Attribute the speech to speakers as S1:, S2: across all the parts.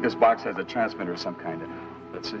S1: This has a transmitter of some kind in it. Let's see.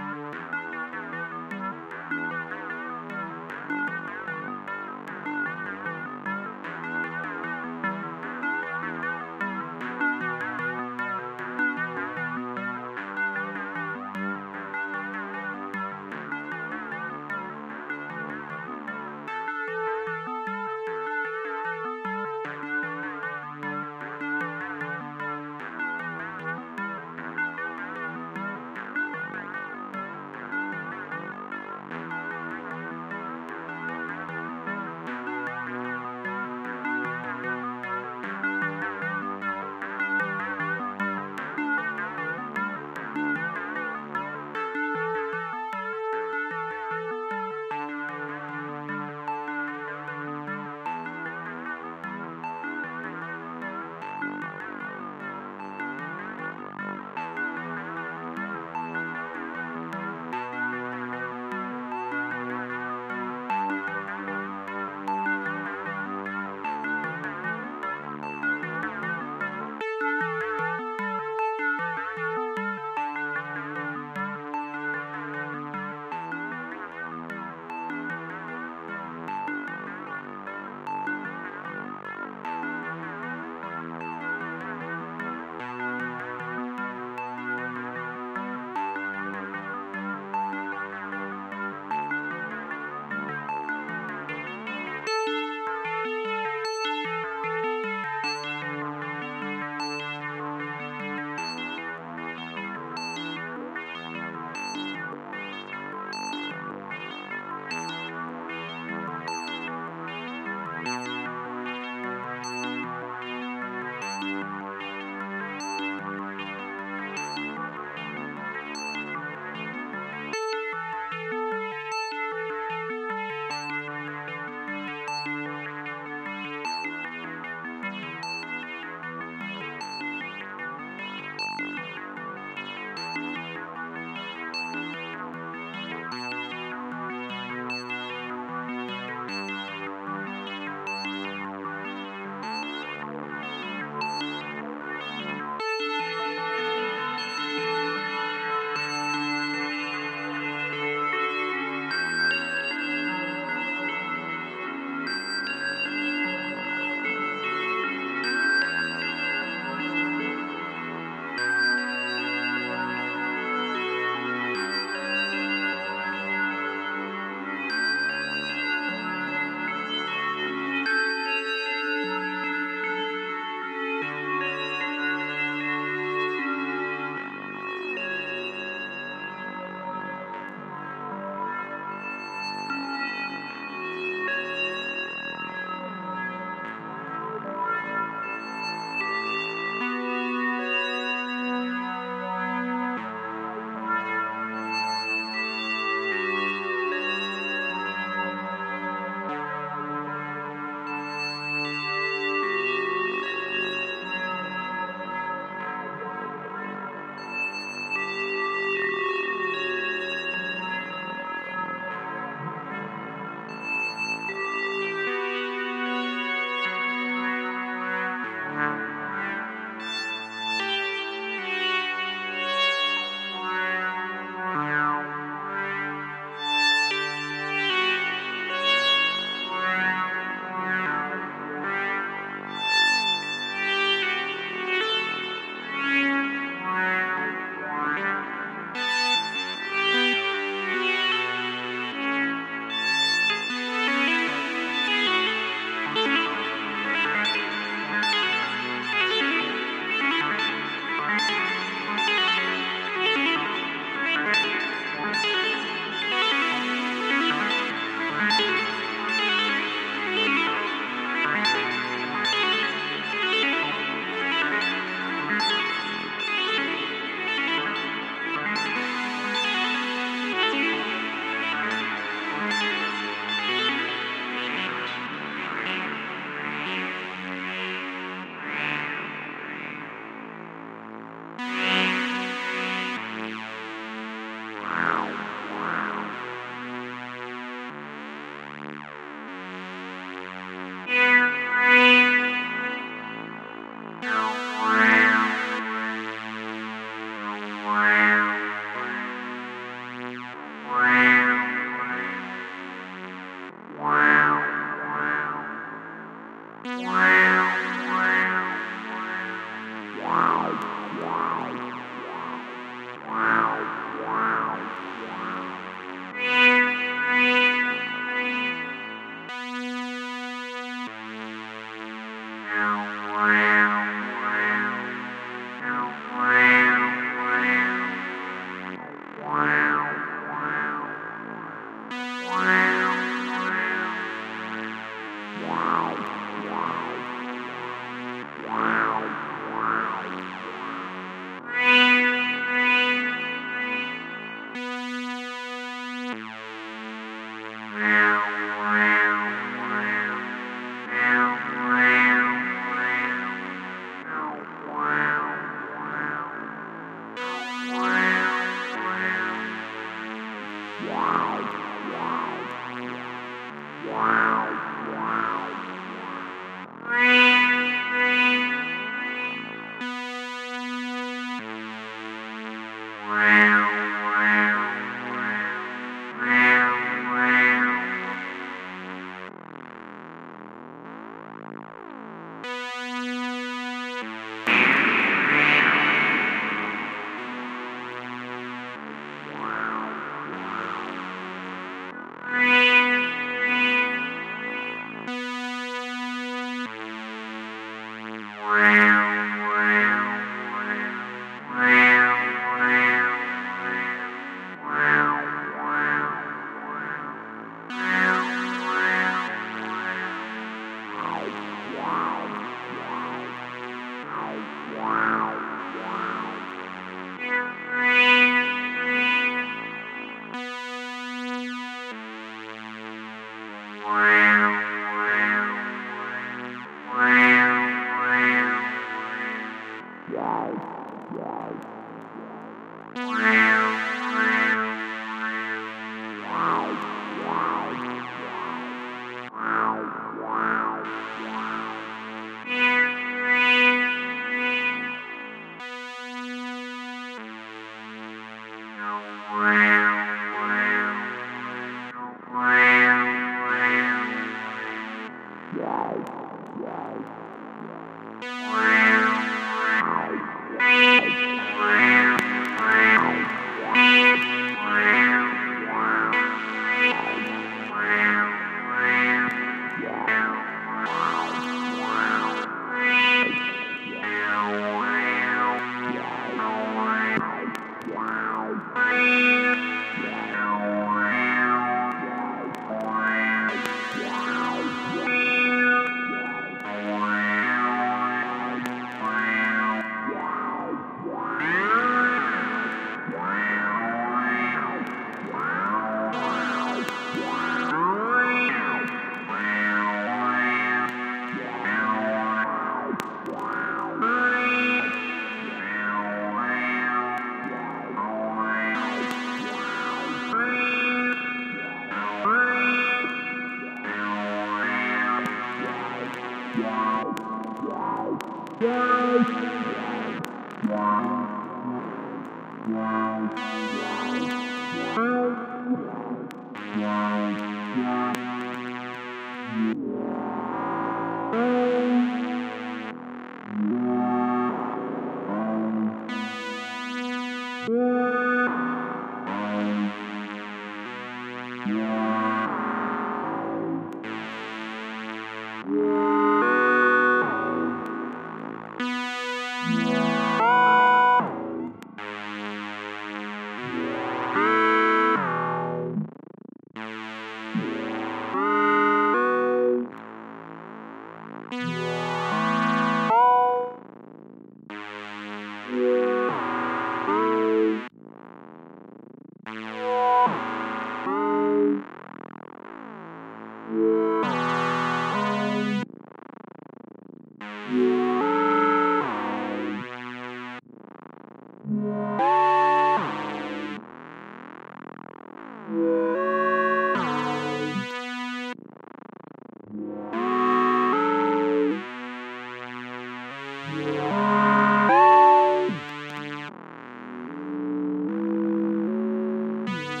S2: Wow.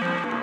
S2: Thank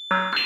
S2: Thank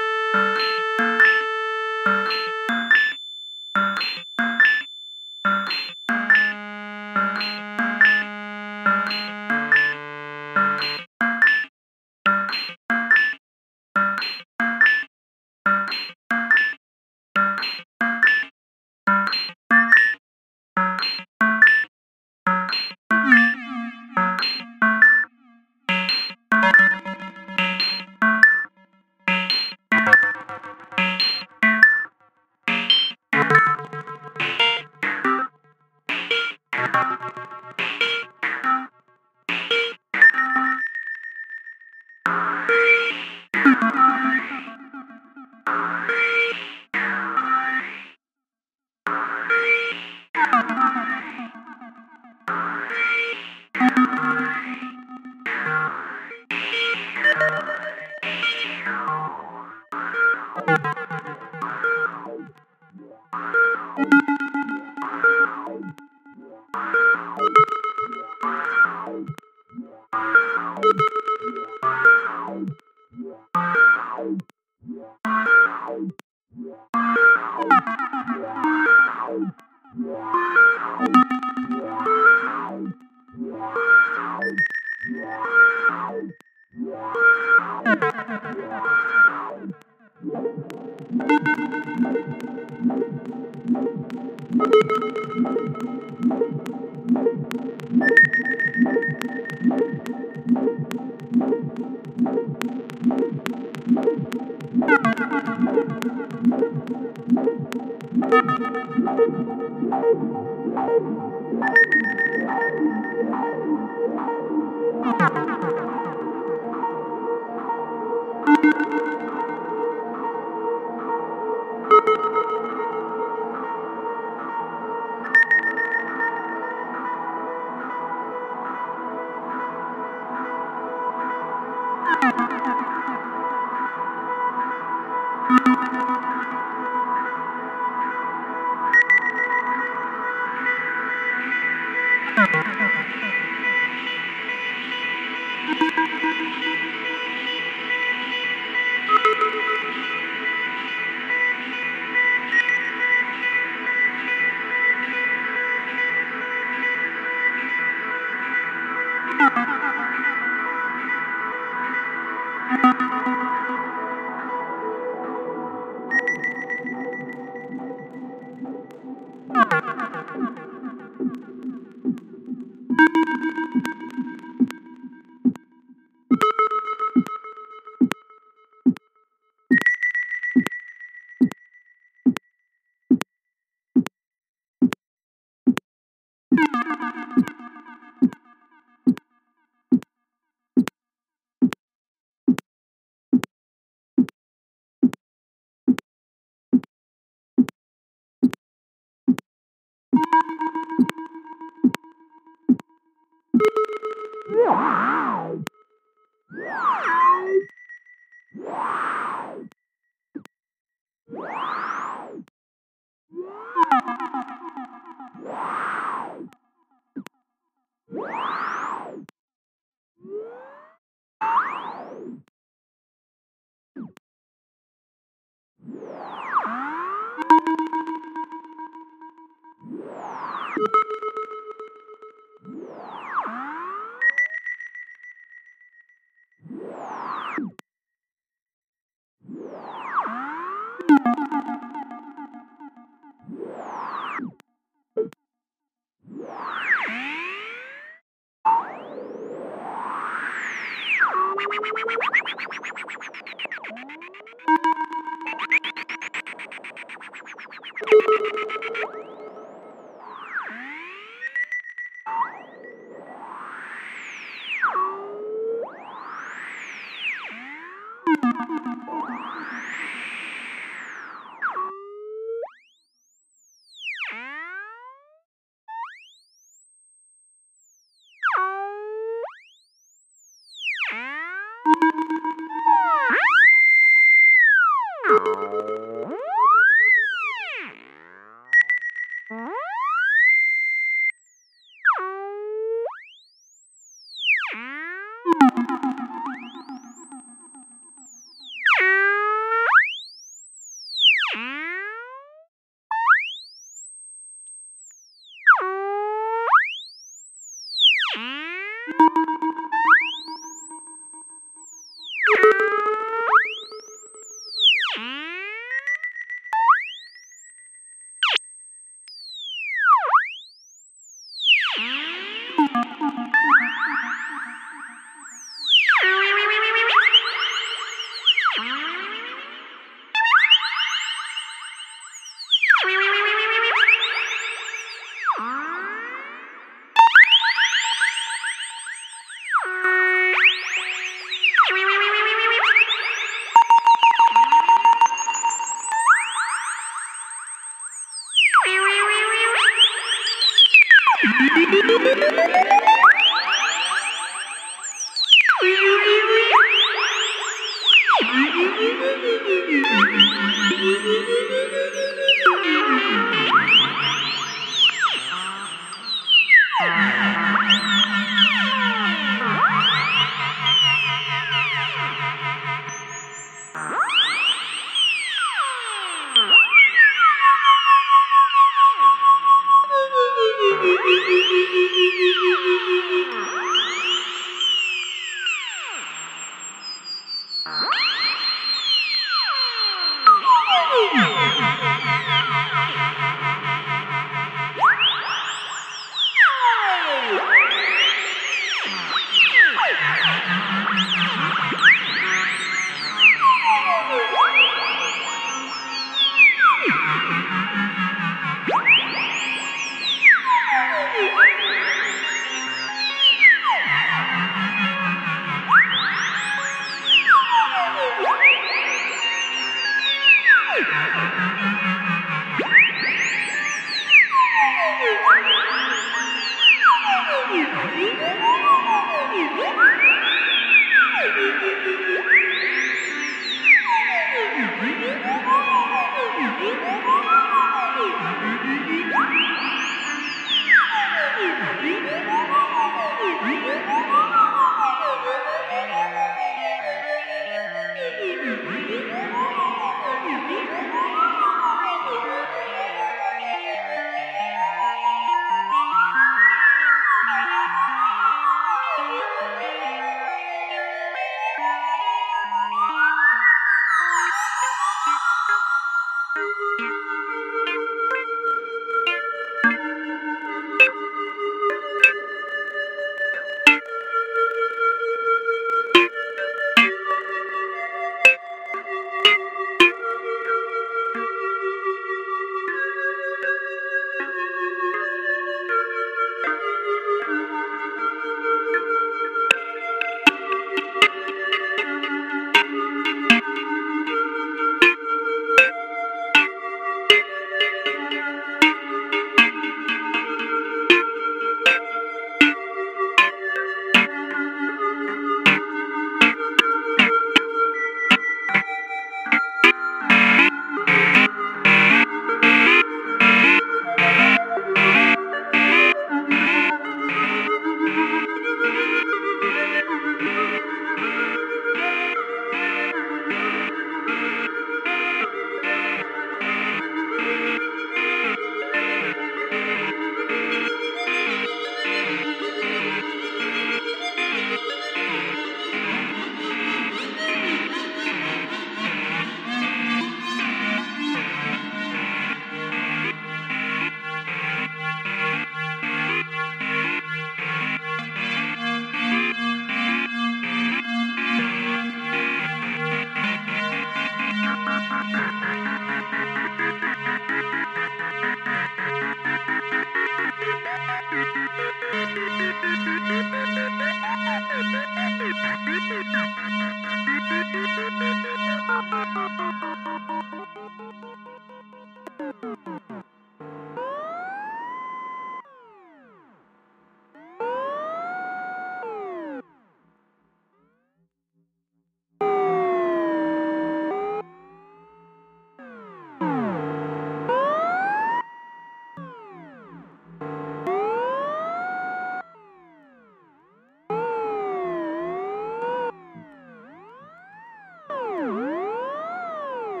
S3: Thank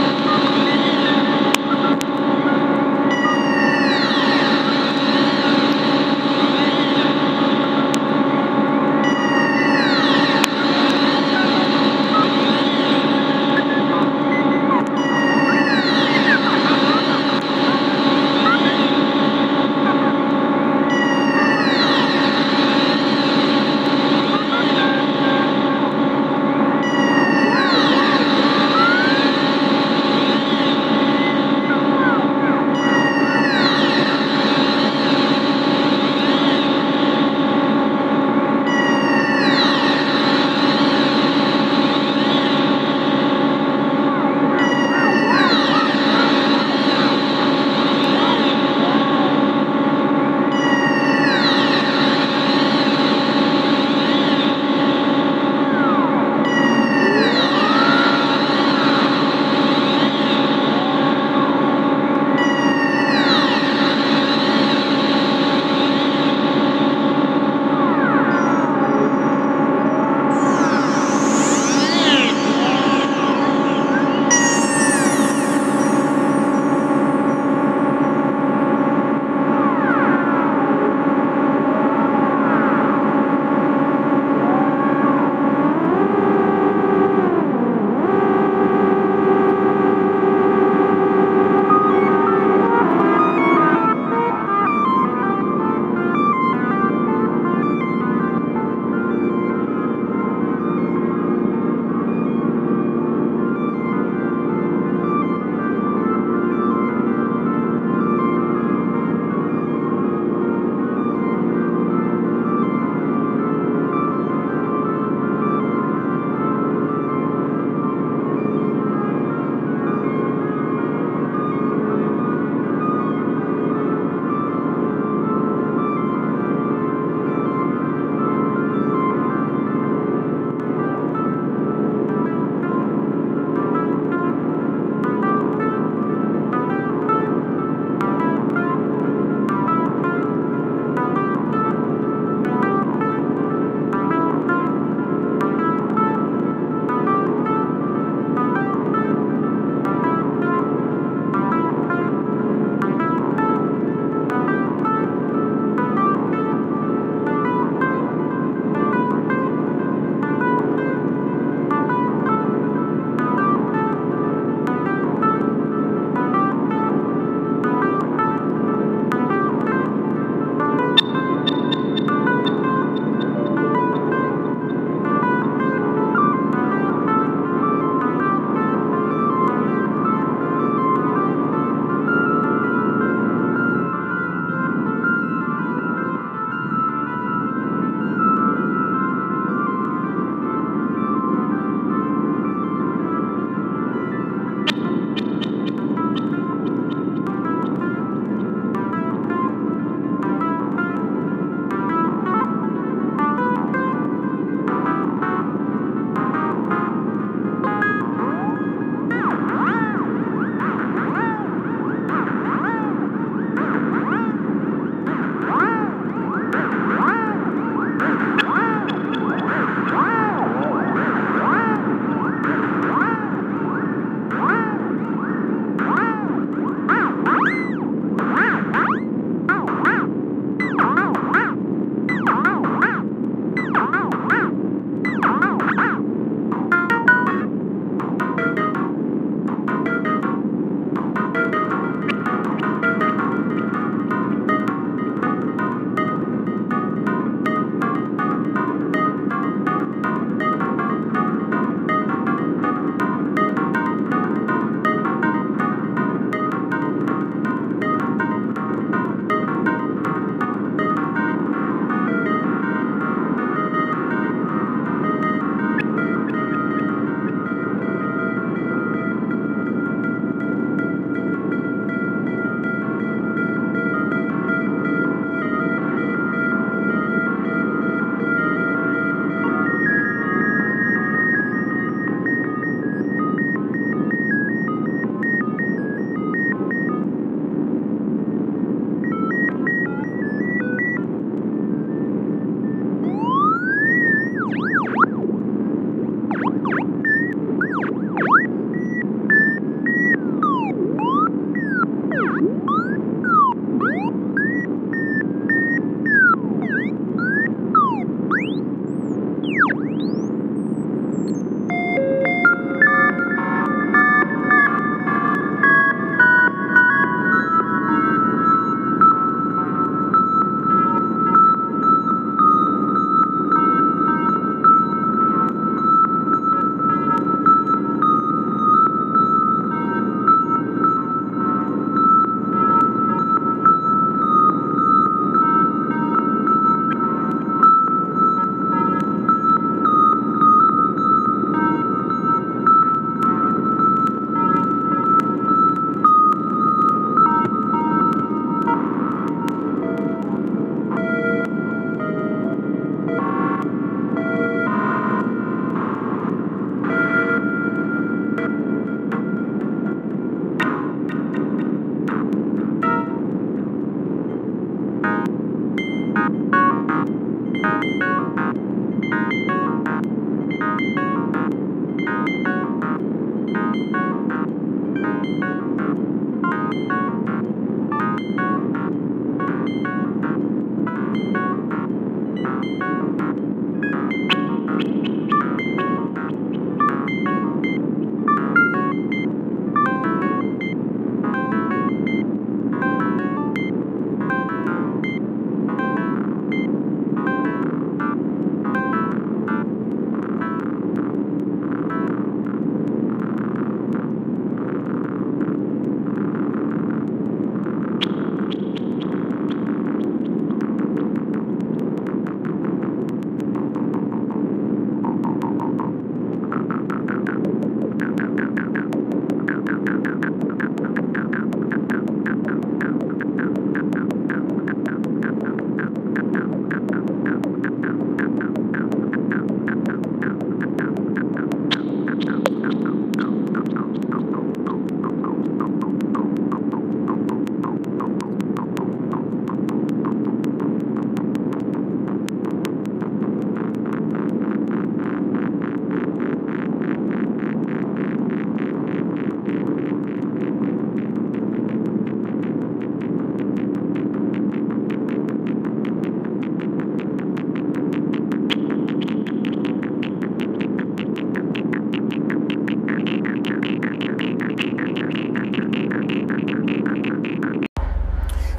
S2: Thank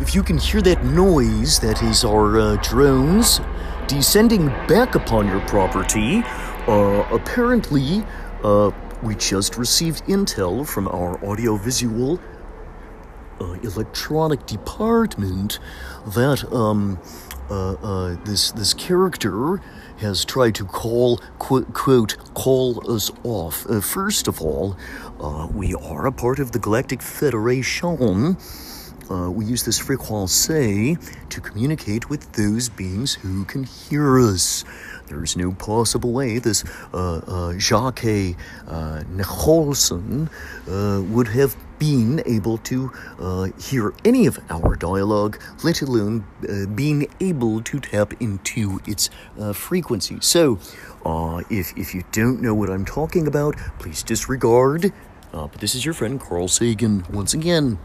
S4: if you can hear that noise, that is our uh, drones descending back upon your property, uh, apparently uh, we just received intel from our audiovisual uh, electronic department that um, uh, uh, this this character has tried to call quote, quote call us off. Uh, first of all, uh, we are a part of the Galactic Federation. Uh, we use this frequency to communicate with those beings who can hear us. There's no possible way this uh, uh, Jacques uh, Nicholson uh, would have been able to uh, hear any of our dialogue, let alone uh, being able to tap into its uh, frequency. So, uh, if, if you don't know what I'm talking about, please disregard. Uh, but this is your friend Carl Sagan once again.